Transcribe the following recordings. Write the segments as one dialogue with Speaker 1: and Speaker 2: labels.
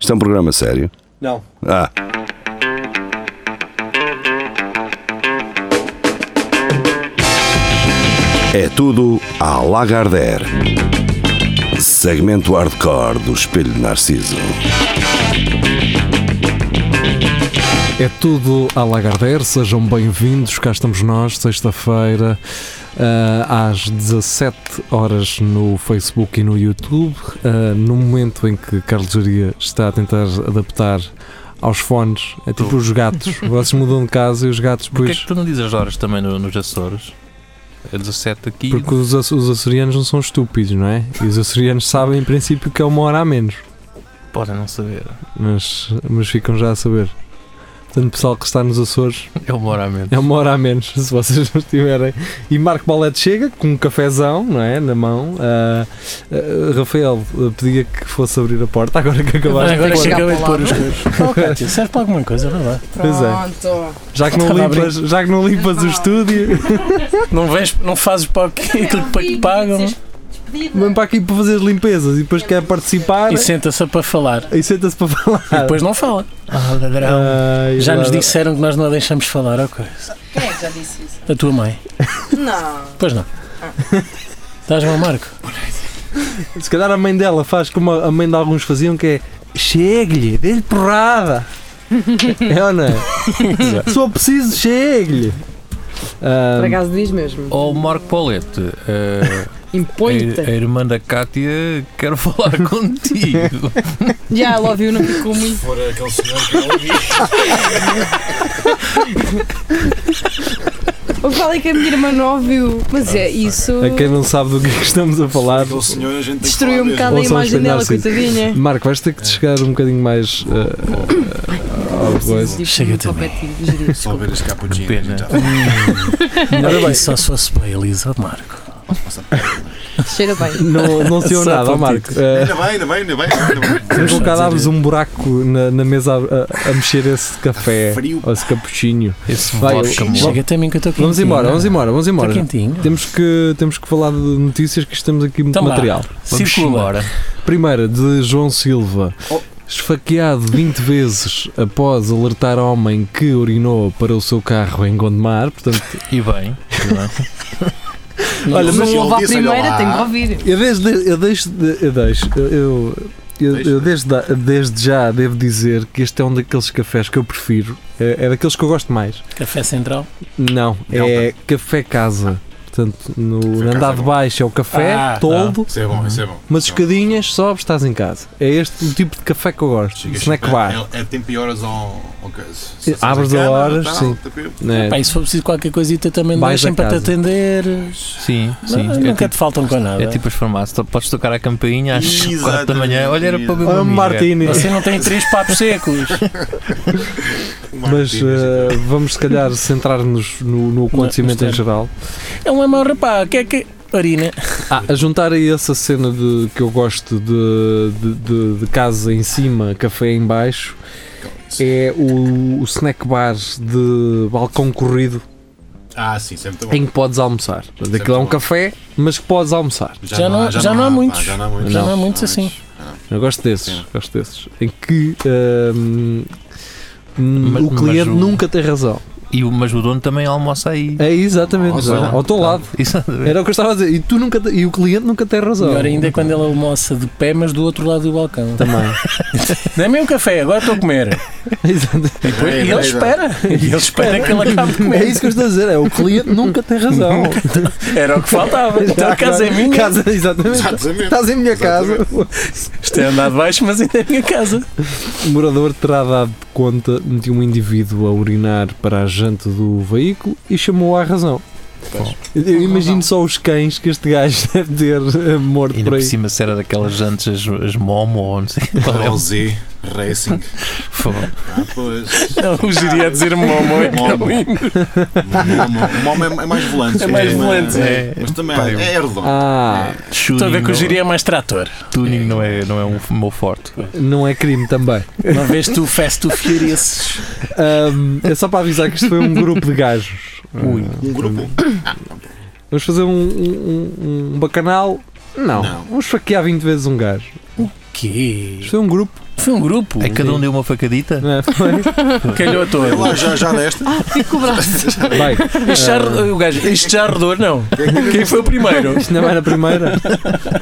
Speaker 1: Isto é um programa sério.
Speaker 2: Não.
Speaker 1: Ah, é tudo à Lagardère. Segmento hardcore do Espelho de Narciso.
Speaker 3: É tudo à Lagardère, sejam bem-vindos, cá estamos nós, sexta-feira, ah, às 17 horas no Facebook e no YouTube, Ah, no momento em que Carlos Jaria está a tentar adaptar aos fones, é tipo os gatos, vocês mudam de casa e os gatos
Speaker 4: Porquê é
Speaker 3: depois...
Speaker 4: que tu não dizes as horas também no- nos Açores? É 17 aqui.
Speaker 3: Porque os, aç- os açorianos não são estúpidos, não é? E os açorianos sabem em princípio que é uma hora a menos,
Speaker 4: Podem não saber.
Speaker 3: mas, mas ficam já a saber. Portanto, pessoal que está nos Açores,
Speaker 4: É o moramento.
Speaker 3: É uma hora a menos, se vocês não estiverem. E Marco Balete chega com um cafezão, não é? Na mão. Ah, ah, Rafael ah, pedia que fosse abrir a porta, agora que acabaste.
Speaker 5: Agora
Speaker 3: de pôr-
Speaker 5: chega-
Speaker 2: Acabei
Speaker 5: Acabei de
Speaker 2: de
Speaker 5: pôr os
Speaker 2: pôr os Serve para alguma coisa, não é?
Speaker 3: Pois é.
Speaker 5: Pronto.
Speaker 3: já, que não
Speaker 2: Estava a abrir.
Speaker 3: limpas, já que não limpas o estúdio,
Speaker 2: Não, vens, não fazes para aquilo que te pagam
Speaker 3: vem para aqui para fazer as limpezas e depois quer participar
Speaker 2: e
Speaker 3: e,
Speaker 2: senta-se para falar.
Speaker 3: senta-se para falar.
Speaker 2: E depois não fala. Ah, ladrão.
Speaker 3: Ai,
Speaker 2: Já nos
Speaker 3: ladrão.
Speaker 2: disseram que nós não a deixamos falar, ok?
Speaker 5: Quem é que já disse isso?
Speaker 2: A tua mãe.
Speaker 5: Não.
Speaker 2: Pois não. Estás mal, Marco?
Speaker 3: Se calhar a mãe dela faz como a a mãe de alguns faziam, que é chegue-lhe, dê-lhe porrada. é ou não é? Só preciso, chegue-lhe. Ah,
Speaker 6: Por acaso diz mesmo.
Speaker 4: Ou o Marco Paulette, eh,
Speaker 6: Impõe-te.
Speaker 4: a, a irmã da Cátia quer falar contigo.
Speaker 6: Já, ela ouviu, não ficou muito.
Speaker 7: For é aquele senhor que eu ouvi.
Speaker 6: O que fala é que a minha irmã não ouviu. Mas é isso.
Speaker 3: A quem não sabe do que é que estamos a falar,
Speaker 7: Aquele senhor a gente tem que
Speaker 6: Destruiu um
Speaker 7: falar
Speaker 6: bocado a
Speaker 3: Ouçam os
Speaker 6: imagem dela,
Speaker 3: Narciso.
Speaker 6: coitadinha.
Speaker 3: Marco, vais ter que te chegar um bocadinho mais uh, uh, ao coisa.
Speaker 6: um
Speaker 2: Chega também.
Speaker 7: mesmo. Só ver as capuchinhas.
Speaker 4: Pena.
Speaker 7: gente já fala.
Speaker 2: Ainda bem, só se fosse para a Elisa, Marco.
Speaker 6: Cheira bem.
Speaker 3: Não, não se ouve
Speaker 2: Só
Speaker 3: nada, ó
Speaker 2: para
Speaker 3: Marco.
Speaker 2: ti.
Speaker 3: Uh,
Speaker 7: Ainda bem, ainda bem, ainda bem. ainda
Speaker 3: Temos
Speaker 7: bem.
Speaker 3: colocado um buraco na, na mesa a, a- a mexer esse
Speaker 1: É.
Speaker 3: café,
Speaker 7: Frio.
Speaker 3: ou esse Tá capuchinho.
Speaker 4: Esse
Speaker 3: Vai,
Speaker 4: vodka
Speaker 3: eu-
Speaker 4: mo-
Speaker 2: Chega até a mim que eu estou quentinho.
Speaker 3: Vamos embora, vamos embora, vamos
Speaker 2: Estou
Speaker 3: embora.
Speaker 2: quentinho.
Speaker 3: Temos que, temos que falar de notícias que estamos aqui muito
Speaker 2: Então vá.
Speaker 3: material.
Speaker 4: Vamos
Speaker 2: Circula.
Speaker 4: embora.
Speaker 3: Primeira, de João Silva.
Speaker 7: Oh.
Speaker 3: Esfaqueado 20 vezes após alertar homem que urinou para o seu carro em Gondomar, portanto,
Speaker 4: E bem. e bem.
Speaker 3: Olha,
Speaker 6: Se
Speaker 7: mas
Speaker 6: não
Speaker 7: eu
Speaker 6: ouve à
Speaker 7: disse, assim, olha
Speaker 6: primeira,
Speaker 7: lá.
Speaker 6: tenho que ouvir.
Speaker 3: Eu desde, eu deixo, de- eu deixo, eu, eu, eu- eu desde, da- desde já devo dizer que este é um daqueles cafés que eu prefiro, é, é daqueles que eu gosto mais.
Speaker 2: Café Central.
Speaker 3: Não,
Speaker 7: Não,
Speaker 3: é Café Casa. Portanto, no
Speaker 7: Café Casa
Speaker 3: andar
Speaker 7: é
Speaker 3: de
Speaker 7: bom.
Speaker 3: baixo é o café
Speaker 2: Ah,
Speaker 3: todo,
Speaker 7: Isso é bom, isso é bom.
Speaker 3: umas escadinhas, sobes, estás em casa. É este o tipo de café que eu gosto,
Speaker 7: Chega,
Speaker 3: snack
Speaker 7: chega.
Speaker 3: bar.
Speaker 7: É, é tempo e horas ao, ao caso. Se
Speaker 3: Abres
Speaker 7: estás na
Speaker 3: a
Speaker 7: cama,
Speaker 3: horas,
Speaker 7: tal,
Speaker 3: sim.
Speaker 7: tranquilo.
Speaker 3: né?
Speaker 2: Pá, e se for preciso qualquer coisita também
Speaker 3: Vais
Speaker 2: deixem
Speaker 3: a
Speaker 2: para te
Speaker 3: casa.
Speaker 2: atender.
Speaker 4: Sim, sim.
Speaker 2: Não,
Speaker 4: é,
Speaker 2: nunca
Speaker 4: tipo,
Speaker 2: te faltam com nada.
Speaker 4: é tipo as farmácias. Tu Podes tocar a campainha às 4 da
Speaker 7: Exatamente.
Speaker 4: manhã. Olha, era para beber
Speaker 3: Ah,
Speaker 4: uma amiga.
Speaker 3: Martini.
Speaker 2: Você não tem três papos secos.
Speaker 7: O Marco
Speaker 3: Mas
Speaker 7: Pires,
Speaker 3: eh, vamos, se calhar, centrar-nos no, no acontecimento em
Speaker 2: tema.
Speaker 3: geral.
Speaker 2: É um mau rapaz. que é que. Orina.
Speaker 3: Ah, a juntar a essa cena de, que eu gosto de, de, de- de casa em cima, café em baixo, é o, o snack bar de balcão corrido
Speaker 7: Ah, sim, sempre muito bom.
Speaker 3: em que podes almoçar. Portanto, Aquilo é um
Speaker 7: bom.
Speaker 3: café, mas que podes almoçar.
Speaker 2: Já não- já não há muitos.
Speaker 7: pá, Já não há muitos.
Speaker 2: Já não há muitos assim.
Speaker 3: Eu gosto desses,
Speaker 7: Sim.
Speaker 3: gosto desses. Em que hum, hum,
Speaker 4: Mas-
Speaker 3: o cliente
Speaker 4: mas o-
Speaker 3: nunca tem razão.
Speaker 4: E o, mas o dono também almoça aí. Então,
Speaker 3: É exatamente,
Speaker 7: Nossa,
Speaker 3: ao
Speaker 4: tá.
Speaker 3: teu lado.
Speaker 4: Isso
Speaker 3: Era o que eu estava a dizer. E, tu nunca, te- e o cliente nunca tem razão.
Speaker 2: Melhor ainda é quando ele almoça de pé, mas do outro lado do balcão.
Speaker 3: Também.
Speaker 2: Dê-me um café, agora estou a comer.
Speaker 3: Exatamente.
Speaker 7: E
Speaker 2: E ele espera. E ele espera que ele acabe de
Speaker 3: É
Speaker 2: comer.
Speaker 3: isso que eu estou a dizer, é o cliente nunca tem razão.
Speaker 2: Era o que faltava. Então a casa é minha.
Speaker 3: Casa, exatamente.
Speaker 7: Exatamente.
Speaker 3: Estás em minha
Speaker 7: Exatamente.
Speaker 3: casa.
Speaker 2: Isto é andar de baixo, mas ainda é minha casa.
Speaker 3: O Um morador terá dado conta de um indivíduo a urinar para a jante do veículo e chamou à razão.
Speaker 7: Pois.
Speaker 3: Eu imagino só os cães que este gajo deve ter eh, morto
Speaker 4: Ainda
Speaker 3: por aí.
Speaker 4: por cima, se era daquelas jantes, as, as momo ou não sei qual é.
Speaker 7: Para o Z Racing.
Speaker 4: Fogo.
Speaker 7: Ah, pois.
Speaker 2: Eu iria dizer momo. é
Speaker 7: Momo.
Speaker 2: lindo.
Speaker 7: O Momo é- é mais volante.
Speaker 2: É mais
Speaker 7: mas-
Speaker 2: volante,
Speaker 4: é.
Speaker 7: Mas também
Speaker 4: Pá,
Speaker 7: é
Speaker 4: eu-
Speaker 7: é redondo.
Speaker 3: Ah,
Speaker 2: Estou a ver que o
Speaker 4: Tuning
Speaker 2: Jiri é mais trator.
Speaker 4: não- Tuning não é, não é um f- meu forte.
Speaker 3: não é crime também.
Speaker 2: Não vês tu Fast to Furious?
Speaker 3: Ahm, é só para avisar que isto foi um grupo de gajos.
Speaker 7: Um grupo.
Speaker 3: Vamos fazer um, um- um- um bacanal? Não.
Speaker 7: Não.
Speaker 3: Vamos faquear 20 vezes um gajo.
Speaker 2: Que?
Speaker 3: Isto foi um grupo
Speaker 2: Foi um grupo.
Speaker 4: É que cada um deu uma facadita?
Speaker 3: Não é? Foi.
Speaker 2: Calhou a
Speaker 7: Olha
Speaker 2: todos.
Speaker 7: Tá lá, já, já deste.
Speaker 2: Ah,
Speaker 6: Fico o braço.
Speaker 3: Bem,
Speaker 2: Este já, o gajo, este já arredor, não. Quem foi o primeiro?
Speaker 3: isto não era a primeira.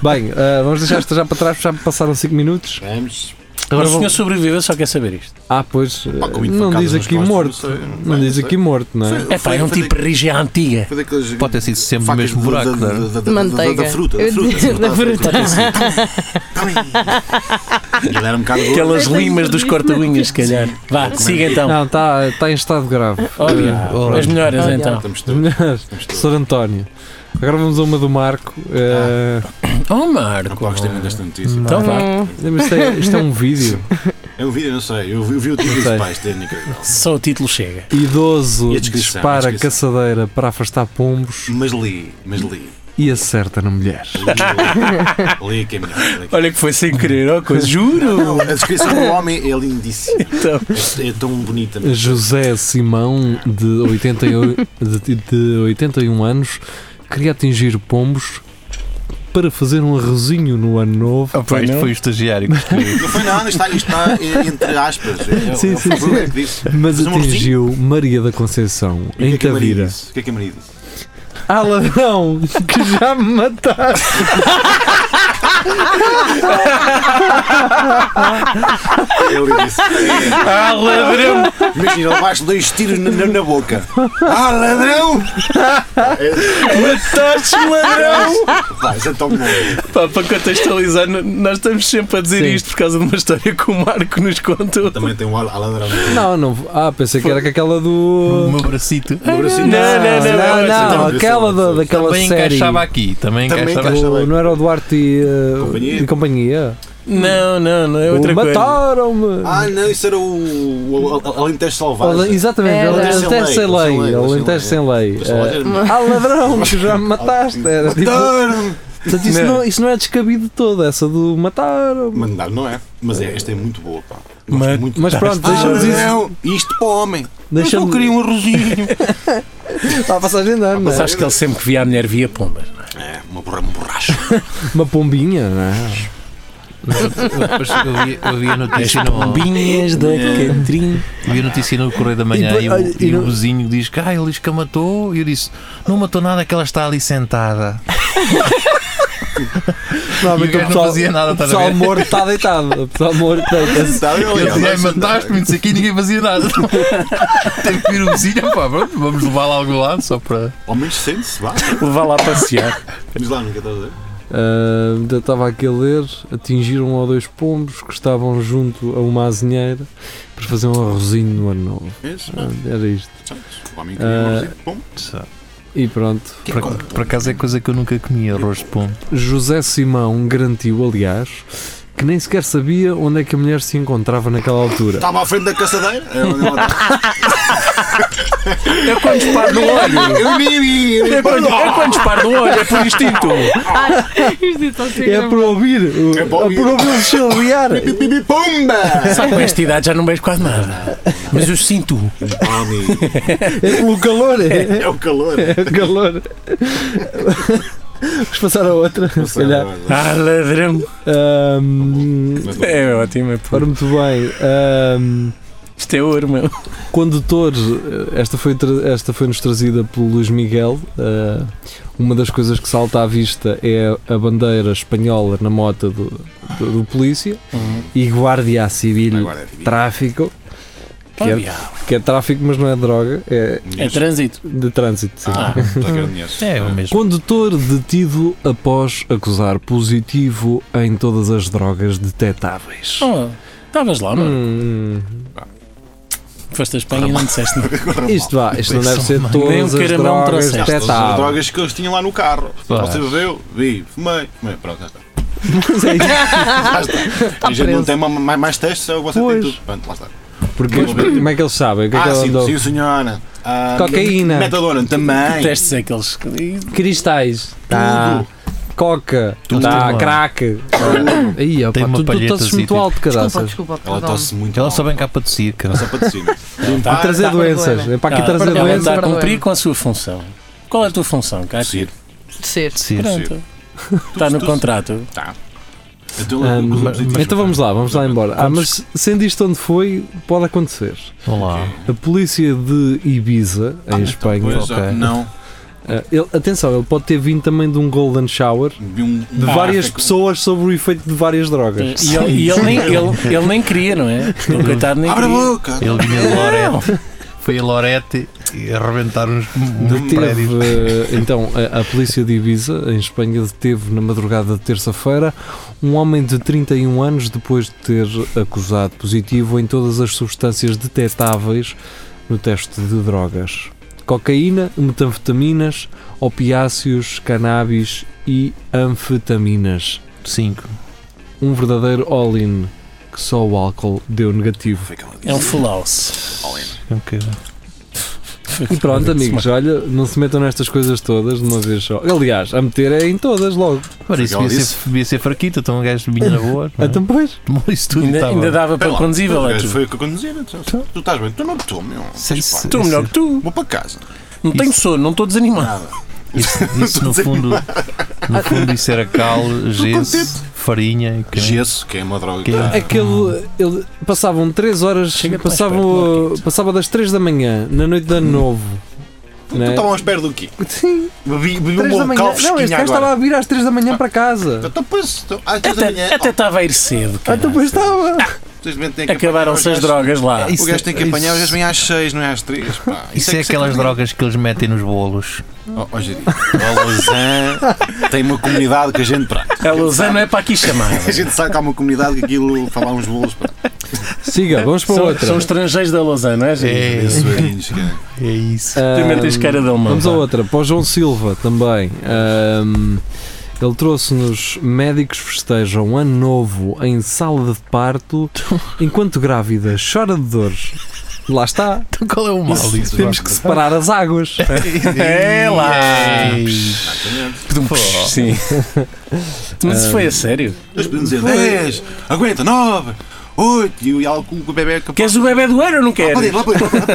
Speaker 3: Bem, ah, vamos deixar esta já para trás, já passaram 5 minutos.
Speaker 7: Vamos.
Speaker 2: Agora
Speaker 3: Agora
Speaker 2: o senhor
Speaker 3: vamos.
Speaker 2: sobrevive, só quer saber isto.
Speaker 3: Ah, pois,
Speaker 7: Pá, com
Speaker 3: não diz
Speaker 7: facadas nas
Speaker 3: aqui
Speaker 7: costas,
Speaker 3: morto.
Speaker 7: sei,
Speaker 3: Não diz
Speaker 7: sei.
Speaker 3: aqui morto, não é?
Speaker 7: Foi-
Speaker 2: É pá,
Speaker 7: foi-
Speaker 2: é um
Speaker 7: foi
Speaker 2: tipo
Speaker 7: da-
Speaker 2: rigia antiga.
Speaker 7: Foi daqueles.
Speaker 4: Pode ter sido sempre o
Speaker 7: facas
Speaker 4: mesmo
Speaker 7: da-
Speaker 4: buraco,
Speaker 7: da-
Speaker 4: não é?
Speaker 7: da- da- da-
Speaker 6: Manteiga.
Speaker 7: Da fruta. tá,
Speaker 6: Eu- da fruta.
Speaker 7: Ele era um bocado gordo.
Speaker 2: Aquelas limas dos corta-unhas, se calhar. Vá, siga então.
Speaker 3: Não, está está em estado grave. Eh,
Speaker 2: Óbvio.
Speaker 4: Olha.
Speaker 2: As melhoras então.
Speaker 7: Estamos todos.
Speaker 3: Melhores. Sr. António. Agora vamos a uma do Marco. eh,
Speaker 2: Oh,
Speaker 7: Não
Speaker 2: Marco.
Speaker 7: gostei muito desta notícia.
Speaker 3: Não.
Speaker 2: Então vá.
Speaker 6: Hum.
Speaker 3: mas isto, é, isto é um vídeo.
Speaker 7: Eu vi, eu não sei. Eu vi, eu vi o título
Speaker 3: sei.
Speaker 7: dos pais dele, incrível.
Speaker 2: Só o título chega.
Speaker 3: Idoso
Speaker 7: E a descrição,
Speaker 3: dispara
Speaker 7: a
Speaker 3: a
Speaker 7: descrição.
Speaker 3: caçadeira para afastar pombos
Speaker 7: Mas li, mas li.
Speaker 3: e acerta na mulher.
Speaker 7: Li, li, li que é melhor. li que-
Speaker 2: Olha que foi sem querer, ó coisa. Juro.
Speaker 7: Não, a descrição do homem é lindíssima.
Speaker 2: Então.
Speaker 7: É é tão bonita. mesmo.
Speaker 3: José Simão, de, 88 de, de 81 anos, queria atingir pombos para fazer um arrozinho no ano novo.
Speaker 2: Oh, pois
Speaker 4: Isto
Speaker 2: não.
Speaker 4: Ah, foi o estagiário que escreveu.
Speaker 7: Não foi nada, isto está, isto está é, entre aspas. É,
Speaker 3: Sim,
Speaker 7: é,
Speaker 3: sim,
Speaker 7: é, o que disse.
Speaker 3: Mas
Speaker 7: Mas um
Speaker 3: atingiu Maria da Conceição,
Speaker 7: E o que
Speaker 3: em
Speaker 7: é que a Maria
Speaker 3: Tavira.
Speaker 7: disse? O que é que a Maria disse?
Speaker 3: Ah, ladrão, que já me mataste.
Speaker 7: Ele disse.
Speaker 2: Ah, ladrão.
Speaker 7: Imagina, levaste dois tiros na, na- na boca. Ah, ladrão!
Speaker 3: um
Speaker 2: Mataste-me, ladrão.
Speaker 7: Vai, já tão bom.
Speaker 2: Pá, para contextualizar, n- nós estamos sempre a dizer
Speaker 3: Sim.
Speaker 2: isto por causa de uma história que o Marco nos contou.
Speaker 7: Também tem um al- ladrão.
Speaker 3: Não, não. Ah, pensei que era que aquela do.
Speaker 4: O meu bracito
Speaker 2: Não, não, não,
Speaker 3: não,
Speaker 2: não,
Speaker 3: não,
Speaker 7: não.
Speaker 3: aquela da, daquela
Speaker 4: também
Speaker 3: série.
Speaker 4: encaixava aqui. Também,
Speaker 7: Também
Speaker 4: encaixava
Speaker 7: encaixa.
Speaker 3: O- não era o Duarte e, eh,
Speaker 7: Companhia.
Speaker 3: e companhia?
Speaker 2: Não, não, não é
Speaker 3: O
Speaker 2: outra coisa.
Speaker 3: Mataram-me!
Speaker 7: Ah, não, isso era o, o, o Alentejo
Speaker 3: O da-
Speaker 7: Selvagem.
Speaker 3: exatamente,
Speaker 6: Era.
Speaker 3: Alentejo sem lei. Alentejo sem lei.
Speaker 7: Alentejo sem lei.
Speaker 3: Eh, Ah, ladrão, que já me mataste. Era tipo-
Speaker 7: Mataram!
Speaker 3: Portanto, isso, não, isso não é descabido todo, essa do mataram-me.
Speaker 7: Mandar não é? Mas é, esta é muito boa, pá. Gosto
Speaker 2: Mas-
Speaker 7: muito.
Speaker 3: Mas pronto,
Speaker 7: Ah,
Speaker 3: deixamos
Speaker 4: né?
Speaker 3: isso.
Speaker 7: não, Isto para o homem.
Speaker 3: Deixamos,
Speaker 7: um arrozinho.
Speaker 3: à passagem
Speaker 4: Tá
Speaker 3: de ano, não
Speaker 2: Mas
Speaker 3: é?
Speaker 2: acho que ele sempre que via a mulher via pombas.
Speaker 7: É, uma borra- uma borracha.
Speaker 3: Uma pombinha, não é?
Speaker 4: Depois eu vi- eu vi a notícia no-
Speaker 2: Pombinhas da Catrim.
Speaker 4: Vi a notícia no Correio da Manhã
Speaker 3: E
Speaker 4: e,
Speaker 3: depois-
Speaker 4: o,
Speaker 3: e
Speaker 4: e o
Speaker 3: não-
Speaker 4: vizinho diz que ah, ele diz que a matou. E eu disse: Não matou nada, é que ela está ali sentada. E o
Speaker 3: Normalmente o
Speaker 4: gajo não
Speaker 3: pessoal,
Speaker 4: fazia nada,
Speaker 3: o
Speaker 4: estás a
Speaker 3: pessoal
Speaker 4: ver?
Speaker 3: morto está deitado. O pessoal morto tá deita-se.
Speaker 7: Sabe,
Speaker 4: Ele
Speaker 7: Tá, olha,
Speaker 4: dizia: "Ai,
Speaker 7: mas-
Speaker 4: Mataste-me, disse aqui e ninguém fazia nada. Teve que vir o vizinho, pá, pronto, vamos levá-la a algum lado só para.
Speaker 7: Ao menos sente-se, vá.
Speaker 2: Levar lá a passear.
Speaker 7: Diz lá, nunca estás a ver?
Speaker 3: Ah, Ainda estava aqui a ler, atingiram um ou dois pombos que estavam junto a uma azinheira para fazer um arrozinho no ano novo.
Speaker 7: Esse,
Speaker 3: Ah, Era isto.
Speaker 7: O homem queria um
Speaker 3: Ah.
Speaker 7: arrozinho. Bom,
Speaker 3: E pronto.
Speaker 7: que
Speaker 4: Por,
Speaker 7: compra?
Speaker 4: por acaso é coisa que eu nunca comi, arroz de pombo.
Speaker 3: José Simão garantiu, aliás, que nem sequer sabia onde é que a mulher se encontrava naquela altura.
Speaker 7: Estava à frente da caçadeira. É onde ela está.
Speaker 2: É quando disparo no olho.
Speaker 7: Eu vi, vi, eu vi.
Speaker 2: É quando, é quando disparo no olho, é por instinto.
Speaker 6: Isto está a ser
Speaker 3: É para
Speaker 6: gravado.
Speaker 3: ouvir, o-
Speaker 7: É
Speaker 3: é
Speaker 7: para
Speaker 3: para
Speaker 7: ouvir.
Speaker 3: ouvir o chalear.
Speaker 7: Bi, bi, bi, Pumba!
Speaker 2: Sabe, com esta idade já não vejo quase nada. Mas eu sinto.
Speaker 7: Homem,
Speaker 3: É pelo calor, é,
Speaker 7: É o calor.
Speaker 3: é o calor. Vamos passar a outra, se calhar.
Speaker 2: Ah, ladrão.
Speaker 3: Ahm,
Speaker 2: É ótimo. é
Speaker 3: ora,
Speaker 2: puro.
Speaker 3: muito bem. ahm,
Speaker 2: Isto é ouro, meu.
Speaker 3: Condutor, esta foi tra- esta foi nos trazida pelo Luís Miguel. Ah, uma das coisas que salta à vista é a bandeira espanhola na moto do, do, do polícia e guardia civil
Speaker 7: Agora é divino.
Speaker 3: tráfico, Que é-
Speaker 2: Óbvio.
Speaker 3: que é tráfico mas não é droga, é
Speaker 2: É trânsito.
Speaker 3: de trânsito. sim.
Speaker 7: Ah, está a ganhar.
Speaker 4: É o mesmo.
Speaker 3: Condutor detido após acusar positivo em todas as drogas detectáveis.
Speaker 2: Oh, Estavas lá, mano.
Speaker 3: Hum,
Speaker 2: Foste a Espanha e não disseste nada.
Speaker 3: isto é vá, isto não deve ser
Speaker 4: Nem
Speaker 2: um
Speaker 3: todas as
Speaker 2: caramelo
Speaker 3: drogas
Speaker 2: trouxeste.
Speaker 7: Estas são as
Speaker 3: detectáveis.
Speaker 7: drogas que eles tinham lá no carro.
Speaker 4: Pá.
Speaker 7: Você bebeu? Vi, fumei. Fumei, pronto, já está.
Speaker 3: Mas é isso.
Speaker 7: Já está. A gente não
Speaker 6: preso.
Speaker 7: tem ma- ma- mais testes, só você
Speaker 3: tá Pois.
Speaker 7: tem tudo. Pronto, lá está.
Speaker 3: Porque como é que eles sabem? O que é que
Speaker 7: Ah,
Speaker 3: ele
Speaker 7: sim,
Speaker 3: andou?
Speaker 7: sim, senhora. Ah,
Speaker 3: Cocaína.
Speaker 7: Metadona também.
Speaker 2: Testes aqueles. que-
Speaker 3: Cristais. Tá. Coca. Tá.
Speaker 4: Tudo.
Speaker 3: Crack. Aí, opa,
Speaker 4: Tem uma
Speaker 3: tu, tu tosses
Speaker 4: palhetazinha,
Speaker 3: muito
Speaker 4: tipo.
Speaker 3: alto,
Speaker 6: Desculpa,
Speaker 3: caraças.
Speaker 6: desculpa.
Speaker 7: Ela
Speaker 6: perdão.
Speaker 7: tosse muito.
Speaker 4: Ela
Speaker 7: mal.
Speaker 4: Então só vem cá para tossir, cara.
Speaker 7: Só para tossir. Não
Speaker 3: Para
Speaker 7: para
Speaker 3: trazer
Speaker 6: tá com
Speaker 3: doenças.
Speaker 6: problema.
Speaker 3: É para aqui
Speaker 2: Ah,
Speaker 3: trazer
Speaker 2: ela
Speaker 3: doenças.
Speaker 2: está a
Speaker 6: Para
Speaker 2: cumprir
Speaker 6: doer.
Speaker 2: com a sua função. Qual é a tua função, Cátia?
Speaker 7: tossir.
Speaker 6: De ser.
Speaker 4: Tossir.
Speaker 7: Sim.
Speaker 2: Pronto. Está no
Speaker 7: Tu-
Speaker 2: contrato.
Speaker 7: Tá. Então,
Speaker 3: Ahm,
Speaker 7: os outros itens-
Speaker 3: então vamos lá, vamos lá embora. Ah, mas sendo isto onde foi, pode acontecer.
Speaker 2: Vamos lá.
Speaker 3: A polícia de Ibiza, em Espanha,
Speaker 7: Pois, ah,
Speaker 3: ok.
Speaker 7: Não,
Speaker 3: Ah, ele- atenção, ele pode ter vindo também de um golden shower
Speaker 7: vi um-
Speaker 3: de
Speaker 7: um-
Speaker 3: várias
Speaker 7: um-
Speaker 3: pessoas sobre o efeito de várias drogas.
Speaker 2: E ele, e ele nem, ele, ele nem queria, não é? O coitado nem
Speaker 7: Abre a
Speaker 2: queria. é,
Speaker 7: boca!
Speaker 4: Ele vinha de Lorete. Foi a Lorete e arrebentaram uns um
Speaker 3: Deteve,
Speaker 4: prédio.
Speaker 3: eh, então, a, a polícia de Ibiza, em Espanha, deteve na madrugada de terça-feira um homem de 31 anos depois de ter acusado positivo em todas as substâncias detectáveis no teste de drogas: cocaína, metanfetaminas, opiáceos, cannabis e anfetaminas.
Speaker 4: Cinco.
Speaker 3: Um verdadeiro all-in que só o álcool deu negativo.
Speaker 7: Foi o que ela disse.
Speaker 2: É um full house.
Speaker 4: Ok.
Speaker 3: E pronto, amigos, olha, não se metam nestas coisas todas de uma vez só. Aliás, a meter é em todas logo.
Speaker 4: Ora, isso
Speaker 7: Legal,
Speaker 4: devia
Speaker 7: isso.
Speaker 4: ser, devia ser fraquito, então um gajo vinha na boa. não é?
Speaker 3: Então, pois.
Speaker 4: Tomou isso tudo tá
Speaker 2: Ainda,
Speaker 4: estava.
Speaker 2: ainda dava
Speaker 7: Espera
Speaker 2: para
Speaker 7: lá,
Speaker 2: conduzível
Speaker 7: o
Speaker 2: lá
Speaker 7: gajo
Speaker 2: tudo.
Speaker 7: Foi o que conduzir. então. Tu estás bem? Tu não estou, meu.
Speaker 4: Isso-
Speaker 7: Faz parte.
Speaker 4: isso-
Speaker 2: Estou melhor que tu.
Speaker 7: Vou para casa.
Speaker 2: Não tenho sono, não estou desanimado.
Speaker 7: Nada.
Speaker 4: Isso, isso, no fundo, no fundo isso era cal, gesso, farinha e caralho.
Speaker 7: Gesso, que é uma droga.
Speaker 4: Que é-
Speaker 7: cara.
Speaker 3: É que ele, ele- passavam 3 horas,
Speaker 2: Chega mais perto,
Speaker 3: passavam, passava das 3 da manhã, na noite de ano novo.
Speaker 7: Tu
Speaker 3: né?
Speaker 7: estavam à espera do quê?
Speaker 3: Sim,
Speaker 7: Bebi bebi
Speaker 3: 3 da manhã.
Speaker 7: um bocal
Speaker 3: Não, este
Speaker 7: fresquinho
Speaker 3: gajo estava
Speaker 7: agora.
Speaker 3: a vir às 3 da manhã para casa.
Speaker 7: Então, pois, então, às três da manhã.
Speaker 2: Até até estava a ir cedo.
Speaker 3: Ah,
Speaker 2: caralho.
Speaker 3: então pois estava.
Speaker 7: Simplesmente tem que
Speaker 2: Acabaram-se
Speaker 7: apanhar
Speaker 2: as
Speaker 7: os
Speaker 2: drogas
Speaker 4: Ah,
Speaker 2: lá.
Speaker 7: gajos. O gajo tem que apanhar, os gajos vêm às 6, não é às 3.
Speaker 4: é- Isso, é, aquelas drogas que eles metem nos bolos.
Speaker 7: Hoje a Lausanne tem uma comunidade que a gente. Pronto,
Speaker 2: A Lausanne não é para aqui chamar.
Speaker 7: a gente sabe que há uma comunidade que aquilo fala uns bolos. pá.
Speaker 3: Siga, vamos para
Speaker 2: São,
Speaker 3: outra.
Speaker 2: são estrangeiros da Lausanne, não é, gente?
Speaker 7: Isso é isso, cara.
Speaker 4: É isso.
Speaker 3: Ahm,
Speaker 2: Primeiro tens cara de alemão.
Speaker 3: Vamos a
Speaker 2: vá.
Speaker 3: outra, para o João Silva também. Ahm, ele trouxe-nos médicos festejam ano novo em sala de parto enquanto grávida chora de dores. Lá está,
Speaker 4: Então qual é o mal disso?
Speaker 3: temos que separar as águas.
Speaker 2: É lá.
Speaker 4: Ei.
Speaker 2: Psh, Sim. Mas isso foi a sério?
Speaker 7: Nós podemos dizer 10, aguenta 9, 8 e algo com o bebê que
Speaker 2: Queres o Ah, bebê do ano ou não
Speaker 7: Pode
Speaker 2: queres?
Speaker 7: ir, lá pode ir, lá pode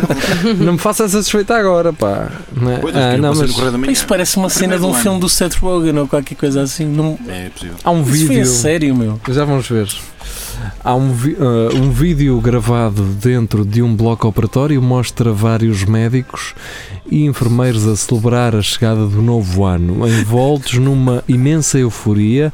Speaker 7: ir.
Speaker 3: Não me faças essa suspeita agora, pá. Não é?
Speaker 7: Pois,
Speaker 3: Ah,
Speaker 7: eu
Speaker 3: não,
Speaker 7: passei
Speaker 3: mas
Speaker 7: no correio da manhã.
Speaker 2: Isso parece uma cena
Speaker 7: Primeiro
Speaker 2: de um
Speaker 7: ano.
Speaker 2: filme do Seth Rogen ou qualquer coisa assim. Não...
Speaker 7: É possível.
Speaker 3: há um
Speaker 2: Isso foi
Speaker 3: vídeo.
Speaker 2: a sério, meu.
Speaker 3: Já vamos ver. Há um, vi- ah, um vídeo gravado dentro de um bloco operatório mostra vários médicos e enfermeiros a celebrar a chegada do novo ano, envoltos numa imensa euforia,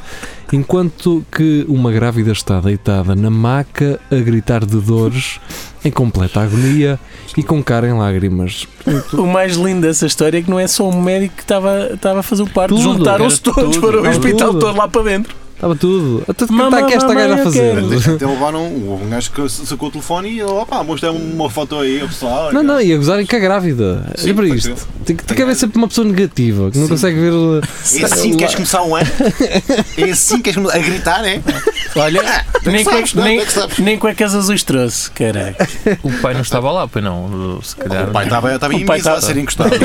Speaker 3: enquanto que uma grávida está deitada na maca a gritar de dores, em completa agonia e com cara em lágrimas.
Speaker 2: O mais lindo dessa história é que não é só um médico que estava estava a fazer o parto.
Speaker 3: Tudo,
Speaker 2: Juntaram-se
Speaker 4: era
Speaker 2: todos
Speaker 4: tudo,
Speaker 2: para o
Speaker 3: era
Speaker 2: hospital
Speaker 3: tudo.
Speaker 2: todo lá para dentro.
Speaker 3: Estava tudo. Até que
Speaker 2: Mamá,
Speaker 3: está aqui esta
Speaker 2: mamãe,
Speaker 3: gaja a
Speaker 2: eu
Speaker 3: fazer.
Speaker 2: quero.
Speaker 7: Até levaram houve um gajo que sacou o telefone e opa, mostra uma foto aí ao pessoal.
Speaker 3: Não, não, e a gozarem com a grávida.
Speaker 7: Sim,
Speaker 3: é para
Speaker 7: pode
Speaker 3: isto. Tem que tem que haver sempre uma pessoa negativa que não consegue ver.
Speaker 7: É assim que queres começar um ano? É assim que queres começar a gritar, é?
Speaker 2: Olha, nem, cuecas-
Speaker 7: sabes, não é?
Speaker 2: nem,
Speaker 7: Como é que sabes?
Speaker 2: nem cuecas azuis trouxe, caraca.
Speaker 4: O pai não estava lá, pois não. Se calhar.
Speaker 7: O pai estava estava em
Speaker 2: O pai
Speaker 7: missa a
Speaker 2: estava-
Speaker 7: ser encostado.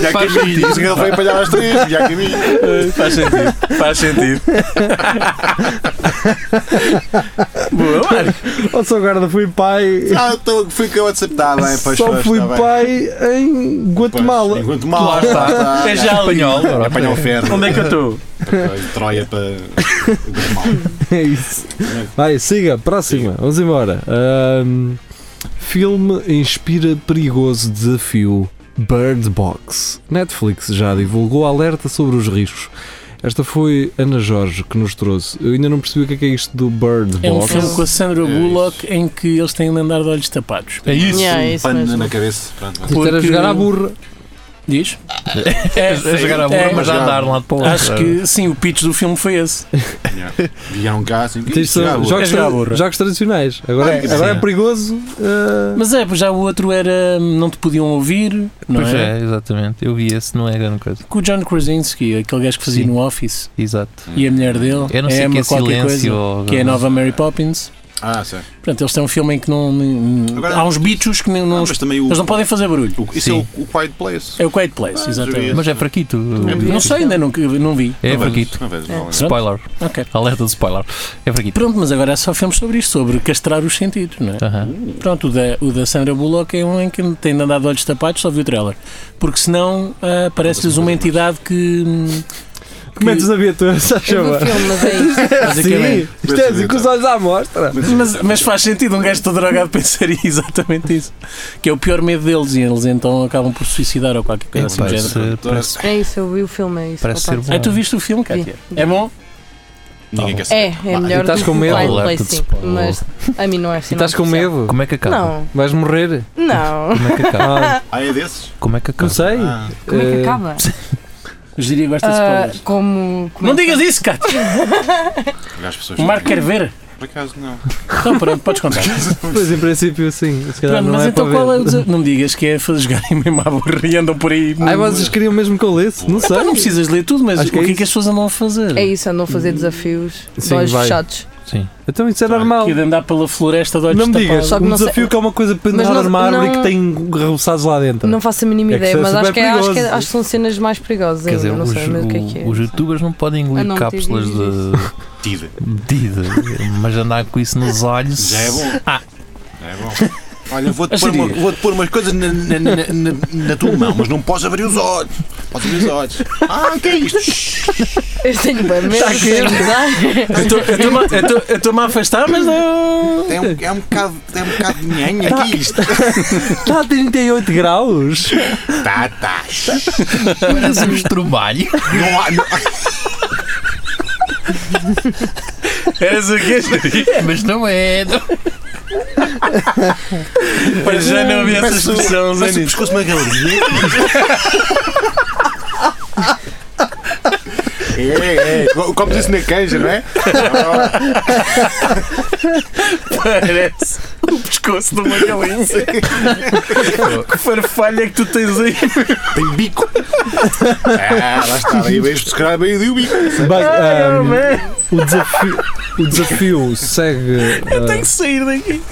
Speaker 7: Já
Speaker 4: Faz
Speaker 7: caminho,
Speaker 4: sentido.
Speaker 7: dizem que ele foi apanhar às três, já é caminho.
Speaker 2: Faz sentido, faz sentido. Boa, Mário.
Speaker 3: Ou só guarda, Oh, fui pai.
Speaker 7: Ah, então fui que eu aceptava, bem, pois
Speaker 3: Só
Speaker 7: pois,
Speaker 3: fui
Speaker 7: tá bem.
Speaker 3: pai em
Speaker 7: Pois,
Speaker 3: Guatemala.
Speaker 7: Enquanto mal,
Speaker 4: Lá está.
Speaker 7: está,
Speaker 2: É já ali.
Speaker 4: Espanhol,
Speaker 7: já Apanhar o ferro.
Speaker 2: Onde é que eu estou?
Speaker 7: Para Troia para Guatemala.
Speaker 3: É isso. Vai, siga, próxima. Vamos embora. Ahm, filme inspira perigoso desafio Bird Box. Netflix já divulgou alerta sobre os riscos. Esta foi Ana Jorge que nos trouxe. Eu ainda não percebi o que é, que é isto do Bird
Speaker 2: É um
Speaker 3: Box.
Speaker 2: filme com a Sandra
Speaker 7: É
Speaker 2: Bullock em que eles têm lendário de olhos tapados.
Speaker 4: É isso.
Speaker 6: Yeah, é
Speaker 7: Um
Speaker 6: isso
Speaker 7: pano
Speaker 6: mesmo.
Speaker 7: na cabeça. Pronto, vai.
Speaker 3: Isto era
Speaker 2: Porque-
Speaker 3: jogar à burra.
Speaker 2: Diz? É,
Speaker 4: A jogar a bola,
Speaker 2: é,
Speaker 4: mas a andar de um lado para o outro.
Speaker 2: Acho que sim, o pitch do filme foi esse.
Speaker 7: Vinha um cá assim.
Speaker 3: Isto são
Speaker 7: chegava.
Speaker 3: jogos,
Speaker 2: É jogar à
Speaker 3: tra-
Speaker 2: burra.
Speaker 3: jogos tradicionais. Agora,
Speaker 7: Ah,
Speaker 3: agora é
Speaker 4: sim.
Speaker 3: perigoso. ah,
Speaker 2: Mas é, pois já o outro era hum, Não Te Podiam Ouvir, não
Speaker 4: Pois
Speaker 2: é?
Speaker 4: é, exatamente. Eu vi esse, não é grande coisa.
Speaker 2: Com o John Krasinski, aquele gajo que fazia
Speaker 4: Sim.
Speaker 2: no Office,
Speaker 4: Exato.
Speaker 2: e a mulher dele,
Speaker 4: Eu não
Speaker 2: é
Speaker 4: sei o que
Speaker 2: Emma
Speaker 4: é
Speaker 2: qualquer
Speaker 4: silêncio
Speaker 2: coisa, é
Speaker 4: ou.
Speaker 2: que é a nova Mary Poppins.
Speaker 7: Ah, sei.
Speaker 2: Portanto, eles têm um filme em que não.
Speaker 7: Agora-
Speaker 2: há uns bichos que não. não-
Speaker 7: Ah, mas também o.
Speaker 2: eles não podem fazer barulho.
Speaker 7: o- isso
Speaker 4: Sim.
Speaker 7: é o, o Quiet Place.
Speaker 2: É o Quiet Place,
Speaker 7: Ah,
Speaker 2: exatamente.
Speaker 7: diria.
Speaker 4: Mas é fraquito.
Speaker 2: Não sei, ainda não, não vi.
Speaker 4: É
Speaker 7: Não vejo-
Speaker 4: fraquito.
Speaker 7: Não vejo, não vejo.
Speaker 4: Spoiler.
Speaker 2: Ok.
Speaker 4: Alerta de spoiler. É fraquito.
Speaker 2: Pronto, mas agora é só filmes sobre isto, sobre castrar os sentidos, não é?
Speaker 4: Aham.
Speaker 2: Pronto, o da, o da Sandra Bullock é um em que tem de andar de olhos tapados, só vi o trailer. Porque senão ah, parece-lhes uma entidade que. hum, que-
Speaker 8: Metes a viatura, se
Speaker 5: Eu vi o filme, mas é isto.
Speaker 2: basicamente-
Speaker 8: Sim, isto é assim, com os olhos à mostra.
Speaker 2: Mas, mas faz sentido um gajo todo drogado pensar exatamente isso. Que é o pior medo deles e eles então acabam por se suicidar ou qualquer coisa assim do género.
Speaker 4: Parece, parece,
Speaker 6: É isso, eu vi o filme, é isso.
Speaker 4: Parece
Speaker 6: opa.
Speaker 4: ser bom.
Speaker 2: Ah, tu viste o filme, Kátia? É bom?
Speaker 7: Ninguém quer saber.
Speaker 6: É, é melhor
Speaker 3: estás
Speaker 6: do
Speaker 3: com
Speaker 6: que o
Speaker 3: medo?
Speaker 6: Quiet
Speaker 4: Alerta
Speaker 6: Place,
Speaker 4: de
Speaker 6: sim.
Speaker 4: spoiler.
Speaker 6: Mas a mim não é
Speaker 3: E
Speaker 6: assim.
Speaker 3: estás com medo?
Speaker 4: Como é que acaba?
Speaker 6: Não,
Speaker 3: Vais morrer?
Speaker 6: não.
Speaker 4: Como é que acaba?
Speaker 3: Ah,
Speaker 7: Ah, é desses?
Speaker 4: Como é que acaba?
Speaker 8: Não sei.
Speaker 7: Ah,
Speaker 6: Como é que
Speaker 3: eh,
Speaker 6: acaba?
Speaker 2: Eu diria que gosta de
Speaker 6: Ah,
Speaker 2: spoilers.
Speaker 6: como. é
Speaker 2: Não digas isso, Kátia!
Speaker 7: as pessoas.
Speaker 2: O Marco quer ver.
Speaker 7: Por acaso não.
Speaker 2: Então pronto, podes contar.
Speaker 3: Pois, em princípio, sim. Se calhar
Speaker 2: Pronto,
Speaker 3: não
Speaker 2: mas
Speaker 3: é
Speaker 2: então
Speaker 3: para
Speaker 2: qual é
Speaker 3: ver.
Speaker 2: o desafio? Não me digas que é fazer jogarem mesmo à burra e andam por aí.
Speaker 3: Ai, vocês queriam mesmo que eu lesse? Não
Speaker 2: Epá,
Speaker 3: sei.
Speaker 2: Então não precisas ler tudo, mas
Speaker 3: Acho
Speaker 2: o
Speaker 3: que é
Speaker 2: que é que as
Speaker 3: isso.
Speaker 2: pessoas andam a fazer?
Speaker 6: É isso, andam a fazer desafios, de
Speaker 3: Sim,
Speaker 6: olhos
Speaker 3: vai.
Speaker 6: fechados.
Speaker 4: Sim.
Speaker 3: Então isso é normal.
Speaker 2: Que de andar pela floresta de olhos
Speaker 3: Não me digas,
Speaker 2: tapados.
Speaker 6: Só que
Speaker 3: um
Speaker 6: não sei-
Speaker 3: desafio que é uma coisa para
Speaker 6: Mas
Speaker 3: andar
Speaker 6: não-
Speaker 3: numa árvore e que
Speaker 6: não-
Speaker 3: tem rebuçados lá dentro.
Speaker 6: Não faço a mínima
Speaker 3: É que
Speaker 6: ideia,
Speaker 3: isso é
Speaker 6: mas acho
Speaker 3: super
Speaker 6: que, é- acho, que, é-
Speaker 3: perigoso.
Speaker 6: acho que são cenas mais perigosas.
Speaker 4: Quer dizer,
Speaker 6: ainda, não
Speaker 4: os,
Speaker 6: sei mesmo o que é que é.
Speaker 4: os youtubers não podem engolir
Speaker 6: Ah, não,
Speaker 4: cápsulas
Speaker 6: tive isso.
Speaker 4: de
Speaker 7: Tida.
Speaker 4: medida, mas andar com isso nos olhos.
Speaker 7: Já é bom.
Speaker 4: Ah.
Speaker 7: Já é bom. Olha, vou-te
Speaker 2: Mas
Speaker 7: pôr, uma-
Speaker 2: diria.
Speaker 7: vou-te pôr umas coisas na, na- na- na- na tua mão, mas não podes abrir os olhos. Podes abrir os olhos. Ah, que é isto?
Speaker 6: Eu tenho bem medo.
Speaker 3: Está
Speaker 6: tenho medo.
Speaker 2: Eu estou-me a afastar, mas não.
Speaker 7: É um, é um bocado, é um bocado de nhanha aqui isto.
Speaker 3: Está Tá, a 38 graus.
Speaker 7: Tá, tá.
Speaker 4: Parece um estromalho.
Speaker 7: Não há, não há-
Speaker 2: Eras o quê?
Speaker 4: mas não é.
Speaker 2: Mas já não havia essa
Speaker 7: Parece o-
Speaker 2: expressão, Zé
Speaker 7: parece o
Speaker 2: Nito.
Speaker 7: pescoço de uma galinha.
Speaker 4: é
Speaker 7: É, é. Co- Comes isso na canja, não é?
Speaker 2: Parece o pescoço de uma galinha. que farfalha que tu tens aí.
Speaker 7: Tem bico. Ah, lá está. Aí vejo-te se calhar bem o bico.
Speaker 3: Bem, ahm, o, desafio, o desafio segue. ah,
Speaker 2: Tem que sair daqui.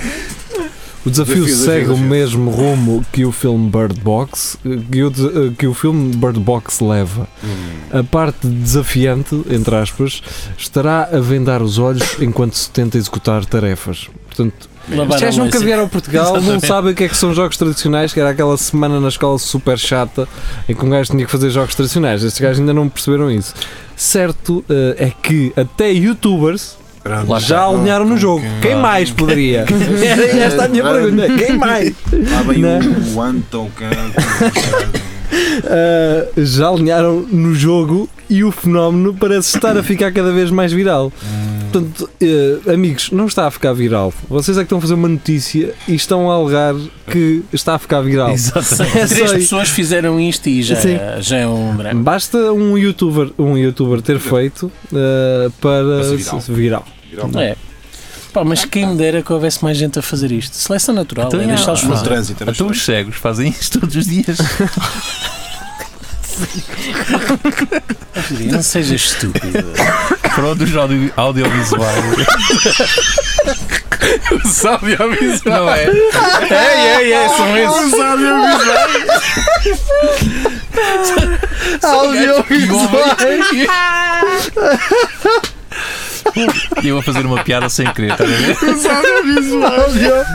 Speaker 3: o desafio,
Speaker 7: Desafio, desafio,
Speaker 3: segue o
Speaker 7: desafio.
Speaker 3: mesmo rumo que o filme Bird Box, eh, que o, de- eh, que o filme Bird Box leva.
Speaker 7: Hum.
Speaker 3: A parte desafiante, entre aspas, estará a vendar os olhos enquanto se tenta executar tarefas. Portanto,
Speaker 2: Lavar
Speaker 3: Os
Speaker 2: a
Speaker 3: gajos nunca
Speaker 2: louça.
Speaker 3: vieram a Portugal, não sabem o que é que são jogos tradicionais, que era aquela semana na escola super chata em que um gajo tinha que fazer jogos tradicionais. Estes gajos ainda não perceberam isso. Certo eh, é que até youtubers já alinharam no jogo. Quem mais poderia? Era esta é a minha pergunta. Quem mais? Né?
Speaker 7: Lá vem
Speaker 3: Não.
Speaker 7: o, o Anton que-
Speaker 3: Ah, já alinharam no jogo e o fenómeno parece estar a ficar cada vez mais viral. Portanto, eh, amigos, não está a ficar viral. Vocês é que estão a fazer uma notícia e estão a alegar que está a ficar viral.
Speaker 4: Exatamente.
Speaker 3: É
Speaker 2: Três
Speaker 3: só isso.
Speaker 2: pessoas fizeram isto e já,
Speaker 3: Sim.
Speaker 2: já é um drama.
Speaker 3: Basta um youtuber, um YouTuber ter feito eh, para
Speaker 7: Para ser viral.
Speaker 3: se- viral.
Speaker 2: É. Pá, mas quem me dera que houvesse mais gente a fazer isto. Seleção natural,
Speaker 4: Então,
Speaker 2: é
Speaker 4: é.
Speaker 2: deixá-los
Speaker 4: Ah.
Speaker 7: No
Speaker 2: fazer.
Speaker 7: trânsito. era
Speaker 4: Até os cegos fazem isto todos os dias.
Speaker 2: Não sejas estúpido.
Speaker 4: Pronto, os audio, audiovisuais.
Speaker 2: Os audiovisuais.
Speaker 4: não é?
Speaker 2: É, é, é, são esses. Os audiovisuais.
Speaker 4: Eu a fazer uma piada sem querer, estás a ver?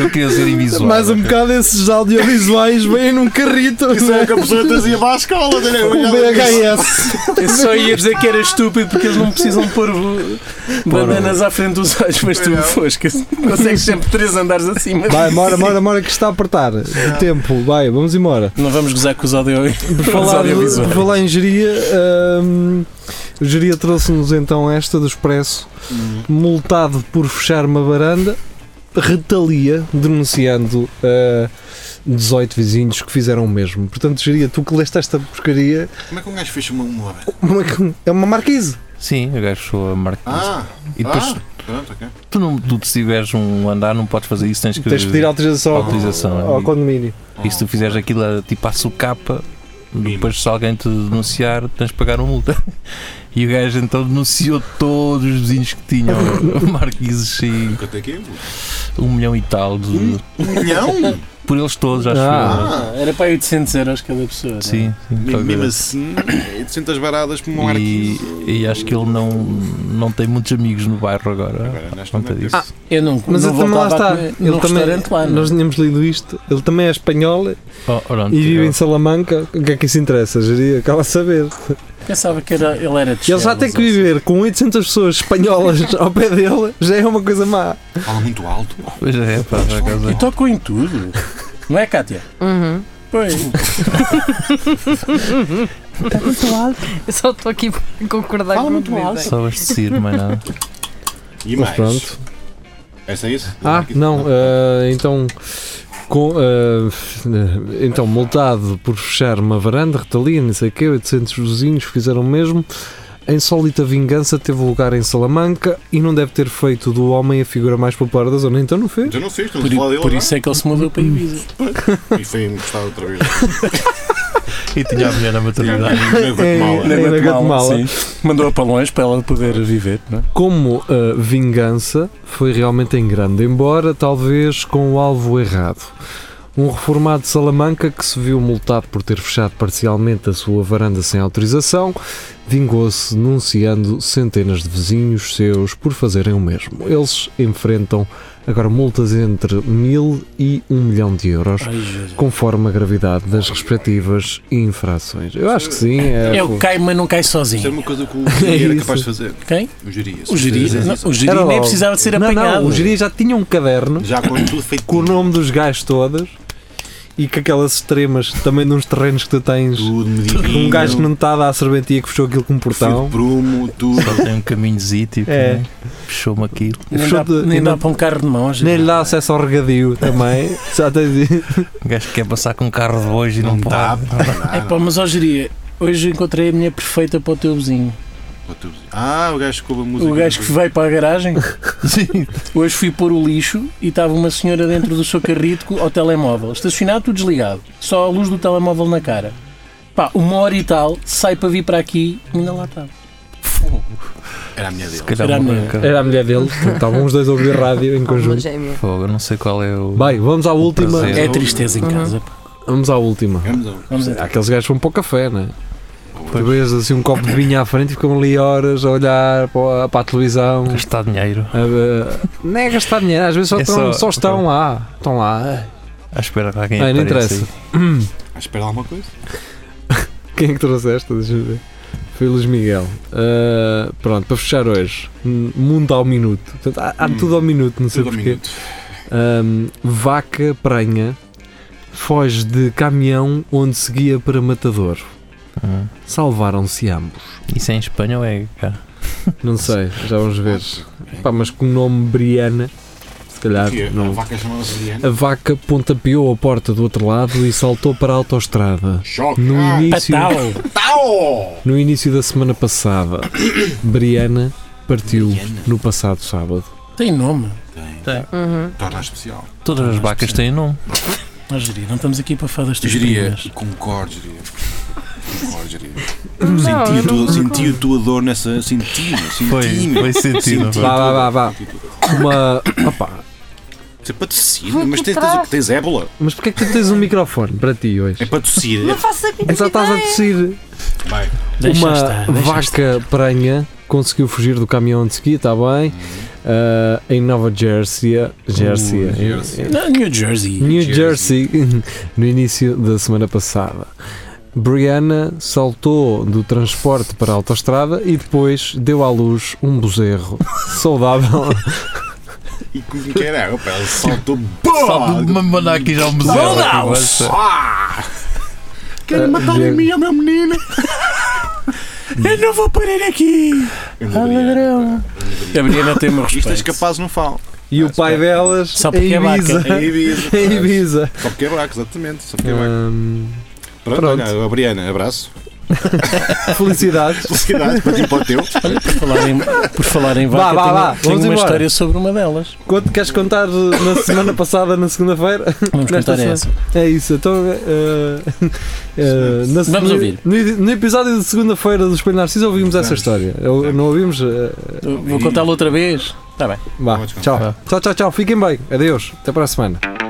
Speaker 4: Eu queria ser invisual.
Speaker 3: Mais um bocado esses audiovisuais vêm num carrito.
Speaker 7: Isso é que a pessoa trazia para a escola, não é?
Speaker 3: Um VHS.
Speaker 2: Eu só ia dizer que era estúpido porque eles não precisam pôr uh, bananas à frente dos olhos, mas tu foscas. Consegues sempre três andares acima.
Speaker 3: Vai, mora, mora, mora, que está a apertar. De tempo, vai, vamos embora.
Speaker 2: Não vamos gozar com os audio-
Speaker 3: Por
Speaker 2: com os
Speaker 3: falar,
Speaker 2: audiovisuais.
Speaker 3: por falar em geria, hum, o geria trouxe-nos então esta do Expresso, multado por fechar uma varanda, retalia denunciando ah, 18 vizinhos que fizeram o mesmo. Portanto, geria, tu que leste esta porcaria,
Speaker 7: Como é que um gajo fecha uma uma hora?
Speaker 3: uma- é uma marquise.
Speaker 4: Sim, eu gajo sou a marca.
Speaker 7: Ah,
Speaker 4: e depois,
Speaker 7: ah, pronto, ok.
Speaker 4: tu, não, tu se tiveres um andar, não podes fazer isso, tens que é
Speaker 3: Tens de pedir autorização, ao-
Speaker 4: autorização.
Speaker 3: ao,
Speaker 4: amigo.
Speaker 3: condomínio.
Speaker 4: E se tu fizeres aquilo a- tipo à socapa, Depois, se alguém te denunciar, tens de pagar uma multa. E o gajo então denunciou todos os vizinhos que tinham marquises e
Speaker 7: Quanto é que é? Um
Speaker 4: um milhão e tal
Speaker 7: Hum?
Speaker 4: de,
Speaker 3: Hum.
Speaker 7: milhão?
Speaker 4: por eles todos, acho
Speaker 3: Ah.
Speaker 2: Ah, era para 800 euros cada pessoa. é?
Speaker 4: eu. Sim, sim, qualquer
Speaker 7: Mesmo
Speaker 4: coisa.
Speaker 7: assim, é 800 varadas por um
Speaker 4: e,
Speaker 7: arquivo.
Speaker 4: e acho que ele não, não tem muitos amigos no bairro agora.
Speaker 7: Agora, nós
Speaker 4: Conta
Speaker 7: não temos-
Speaker 4: disso.
Speaker 2: Eu não,
Speaker 3: Mas
Speaker 2: não
Speaker 3: ele também lá
Speaker 2: voltava a
Speaker 3: está.
Speaker 2: comer
Speaker 3: Ele
Speaker 2: num
Speaker 3: também,
Speaker 2: restaurante lá. não. é?
Speaker 3: nós tínhamos lido isto. Ele também é espanhol
Speaker 4: Oh, ora,
Speaker 3: e vive em
Speaker 4: eu-
Speaker 3: Salamanca. O que é que isso interessa? Geria, acaba a saber.
Speaker 2: Pensava que era, ele era de
Speaker 3: Ele já tem
Speaker 2: Chelas,
Speaker 3: que viver com 800 pessoas espanholas ao pé dele, já é uma coisa má.
Speaker 7: Fala muito alto.
Speaker 4: Pois é, pá, por acaso.
Speaker 2: assim. E tocou em tudo. Não é, Cátia?
Speaker 6: Uhum.
Speaker 2: Pois.
Speaker 6: Eu só estou aqui para concordar
Speaker 2: Fala
Speaker 6: com
Speaker 2: muito
Speaker 6: o que
Speaker 2: alto.
Speaker 6: dizem.
Speaker 4: Só abastecer, mas não. é
Speaker 7: E
Speaker 3: Mas
Speaker 7: mais?
Speaker 3: pronto.
Speaker 7: Essa é isso?
Speaker 3: Ah, não, ah, então. Com, ah, então, multado por fechar uma varanda, retalhinho, não sei o quê, 800 vizinhos fizeram o mesmo. A insólita vingança teve lugar em Salamanca e não deve ter feito do homem a figura mais popular da zona, então não fez?
Speaker 7: Já não sei, estamos
Speaker 2: Por,
Speaker 7: a falar dele
Speaker 2: por
Speaker 7: agora.
Speaker 2: isso é que ele se mudou para Ibiza.
Speaker 7: E foi encostado outra vez.
Speaker 4: E tinha a mulher na maternidade.
Speaker 7: Na Guatemala.
Speaker 3: É, na Guatemala.
Speaker 2: sim. Mandou-a para longe para ela poder viver, não é?
Speaker 3: Como a vingança foi realmente em grande, embora talvez com o alvo errado. Um reformado de Salamanca que se viu multado por ter fechado parcialmente a sua varanda sem autorização, vingou-se denunciando centenas de vizinhos seus por fazerem o mesmo. Eles enfrentam agora multas entre mil e um milhão de euros,
Speaker 2: Ai, Jesus.
Speaker 3: conforme a gravidade das respectivas infrações. Eu acho que sim. É,
Speaker 2: É o que cai, mas não cai
Speaker 7: Isto é
Speaker 2: sozinho.
Speaker 7: uma coisa que o Jiri era
Speaker 3: isso.
Speaker 7: capaz de fazer.
Speaker 2: Quem?
Speaker 7: O Jiri.
Speaker 2: O Jiri, não, o Jiri
Speaker 3: Era
Speaker 2: nem
Speaker 3: logo.
Speaker 2: precisava de ser
Speaker 3: não,
Speaker 2: apanhado.
Speaker 3: não, o geria já tinha um caderno
Speaker 7: Já com tudo feito.
Speaker 3: com o nome dos gajos todas e com aquelas extremas também de uns terrenos que tu tens.
Speaker 7: Tudo medidinho.
Speaker 3: Um gajo que não está a dar a serventia que fechou aquilo com um
Speaker 7: Fio
Speaker 3: portão.
Speaker 7: de prumo, tudo.
Speaker 4: Só tem um caminhozinho, tipo,
Speaker 3: É.
Speaker 4: né? puxou-me aquilo.
Speaker 2: Nem
Speaker 3: Fechou
Speaker 2: dá,
Speaker 3: de-
Speaker 2: nem
Speaker 3: e
Speaker 2: dá
Speaker 3: não-
Speaker 2: para um carro de mãos.
Speaker 3: Nem lhe dá acesso ao regadio também. Já tens
Speaker 4: Um gajo que quer passar com um carro de hoje e não,
Speaker 7: Não dá
Speaker 4: pode.
Speaker 7: para nada.
Speaker 2: É Pá, mas hoje diria, hoje encontrei a minha perfeita para o teu vizinho.
Speaker 7: Ah, o gajo que coube a música.
Speaker 2: O gajo que veio para a garagem,
Speaker 4: Sim.
Speaker 2: hoje fui pôr o lixo e estava uma senhora dentro do seu carrito co- ao telemóvel. Estacionado, tudo desligado. Só a luz do telemóvel na cara. Pá, uma hora e tal, sai para vir para aqui e ainda lá está.
Speaker 7: Era a minha dele.
Speaker 4: Calhar
Speaker 2: Era a
Speaker 4: uma
Speaker 2: minha.
Speaker 4: branca.
Speaker 7: É.
Speaker 3: Era a mulher dele. Estavam os dois a ouvir rádio em
Speaker 6: Alma
Speaker 3: conjunto.
Speaker 6: gêmea.
Speaker 4: Fogo, eu não sei qual é o.
Speaker 3: Bem, vamos à última.
Speaker 4: prazer.
Speaker 2: É tristeza em casa. pá.
Speaker 3: Vamos à última.
Speaker 7: Vamos ao-
Speaker 2: Vamos então.
Speaker 3: Aqueles gajos vão para o café, né? Tu vês assim um copo de vinho à frente e ficam ali horas a olhar para a, para a televisão.
Speaker 4: Gastar dinheiro
Speaker 3: A, a, não é gastar dinheiro, às vezes só,
Speaker 4: É
Speaker 3: estão,
Speaker 4: só-
Speaker 3: só estão lá. Estão lá.
Speaker 4: à espera que alguém
Speaker 3: Ah, não
Speaker 4: apareça
Speaker 3: interessa.
Speaker 4: aí.
Speaker 7: À Ah, espera de alguma coisa?
Speaker 3: Quem é que trouxe esta? Deixa-me ver. Foi o Luís Miguel. Ah, pronto, para fechar hoje, hum, mundo ao minuto. Portanto, há há
Speaker 7: Hum.
Speaker 3: tudo ao minuto, não sei
Speaker 7: Tudo ao
Speaker 3: porquê.
Speaker 7: minuto.
Speaker 3: Ahm, vaca prenha foge de caminhão onde seguia para matador.
Speaker 4: Hum.
Speaker 3: Salvaram-se ambos.
Speaker 4: Isso é em Espanha ou é cá?
Speaker 3: Não sei, já vamos ver. Pá, mas com o nome Briana, se calhar
Speaker 7: Que A
Speaker 3: Ah, não.
Speaker 7: vaca chamava-se Diana.
Speaker 3: A vaca pontapeou a porta do outro lado e saltou para a autoestrada.
Speaker 7: Choque.
Speaker 3: No
Speaker 7: Ah, tá,
Speaker 3: início.
Speaker 2: Patal.
Speaker 7: tau!
Speaker 3: No início da semana passada, Briana partiu
Speaker 7: Briana.
Speaker 3: no passado sábado.
Speaker 2: Tem nome.
Speaker 6: Uhum.
Speaker 7: Torna Tá, especial.
Speaker 4: Todas as vacas têm nome.
Speaker 2: Mas diria, não estamos aqui para falar das tuas
Speaker 7: Geria.
Speaker 2: primas.
Speaker 7: Concordo, geria. Concordo, geria.
Speaker 6: Não,
Speaker 7: Senti, a
Speaker 6: eu
Speaker 7: tua,
Speaker 6: não-
Speaker 7: senti a tua dor nessa. Senti, senti.
Speaker 4: Foi, foi sentido.
Speaker 7: Senti.
Speaker 3: Vá, vá, vá, vá. Uma. Opa,
Speaker 7: Isso é para tossir,
Speaker 6: Vou
Speaker 7: mas tens,
Speaker 6: comprar.
Speaker 7: tens, tens ébola.
Speaker 3: mas porquê é que tu tens um microfone para ti
Speaker 7: É
Speaker 3: hoje?
Speaker 7: para tossir.
Speaker 6: Não faço a mínima
Speaker 3: É só estás a
Speaker 6: ideia.
Speaker 3: tossir.
Speaker 7: Vai.
Speaker 2: Deixa
Speaker 3: Uma
Speaker 2: estar, deixa estar.
Speaker 3: vaca prenha conseguiu fugir do caminhão de ski, está bem?
Speaker 7: Uhum.
Speaker 3: Ah, em Nova Jersey. Jersey.
Speaker 7: Uh, Jersey.
Speaker 2: Não, New Jersey.
Speaker 3: New Jersey, no início da semana passada. Brianna saltou do transporte para a autoestrada e depois deu à luz um bezerro saudável.
Speaker 7: E como que era? Opa, ela saltou.
Speaker 4: Salve de
Speaker 7: Boa!
Speaker 4: me mandar aqui já um
Speaker 2: Vão lá,
Speaker 4: bezerro.
Speaker 7: Ah!
Speaker 3: Ah,
Speaker 7: Quero matar
Speaker 3: Diego.
Speaker 7: em mim, meu menino!
Speaker 2: Eu não vou parar aqui.
Speaker 7: Eu
Speaker 2: Ah,
Speaker 7: não diria.
Speaker 2: ladrão. A Briana tem o meu
Speaker 7: Isto és
Speaker 2: respeito.
Speaker 7: capaz, não falo.
Speaker 3: e o pai delas
Speaker 2: Só
Speaker 3: em
Speaker 2: porque é vaca.
Speaker 3: Ibiza.
Speaker 7: É Ibiza.
Speaker 3: Em Ibiza.
Speaker 7: Só porque é buraco, exatamente. Só porque é buraco.
Speaker 3: Hum,
Speaker 7: Pronto,
Speaker 3: Pronto.
Speaker 7: olha, a Briana, abraço.
Speaker 3: Felicidades.
Speaker 7: Felicidades para ti e para o teu.
Speaker 2: Olha, por falar em, por falar em vaca,
Speaker 3: Vá, vá,
Speaker 2: tenho-
Speaker 3: vá,
Speaker 2: tenho,
Speaker 3: vamos
Speaker 2: uma
Speaker 3: embora.
Speaker 2: história sobre uma delas.
Speaker 3: Quanto queres contar eh, na semana passada, na segunda-feira?
Speaker 2: Vamos
Speaker 3: Nesta
Speaker 2: contar
Speaker 3: semana.
Speaker 2: essa.
Speaker 3: É isso, então. eh, eh, na-
Speaker 2: Vamos
Speaker 3: no-
Speaker 2: ouvir.
Speaker 3: No, no episódio de segunda-feira do Espelho Narciso ouvimos essa
Speaker 7: Vamos.
Speaker 3: história. Eu- não ouvimos? eh,
Speaker 2: Vou contá-la outra vez. Está bem.
Speaker 3: vá,
Speaker 7: Vamos contar.
Speaker 3: pra tchau. Tchau, tchau, tchau. Fiquem bem. Adeus. Até para a semana.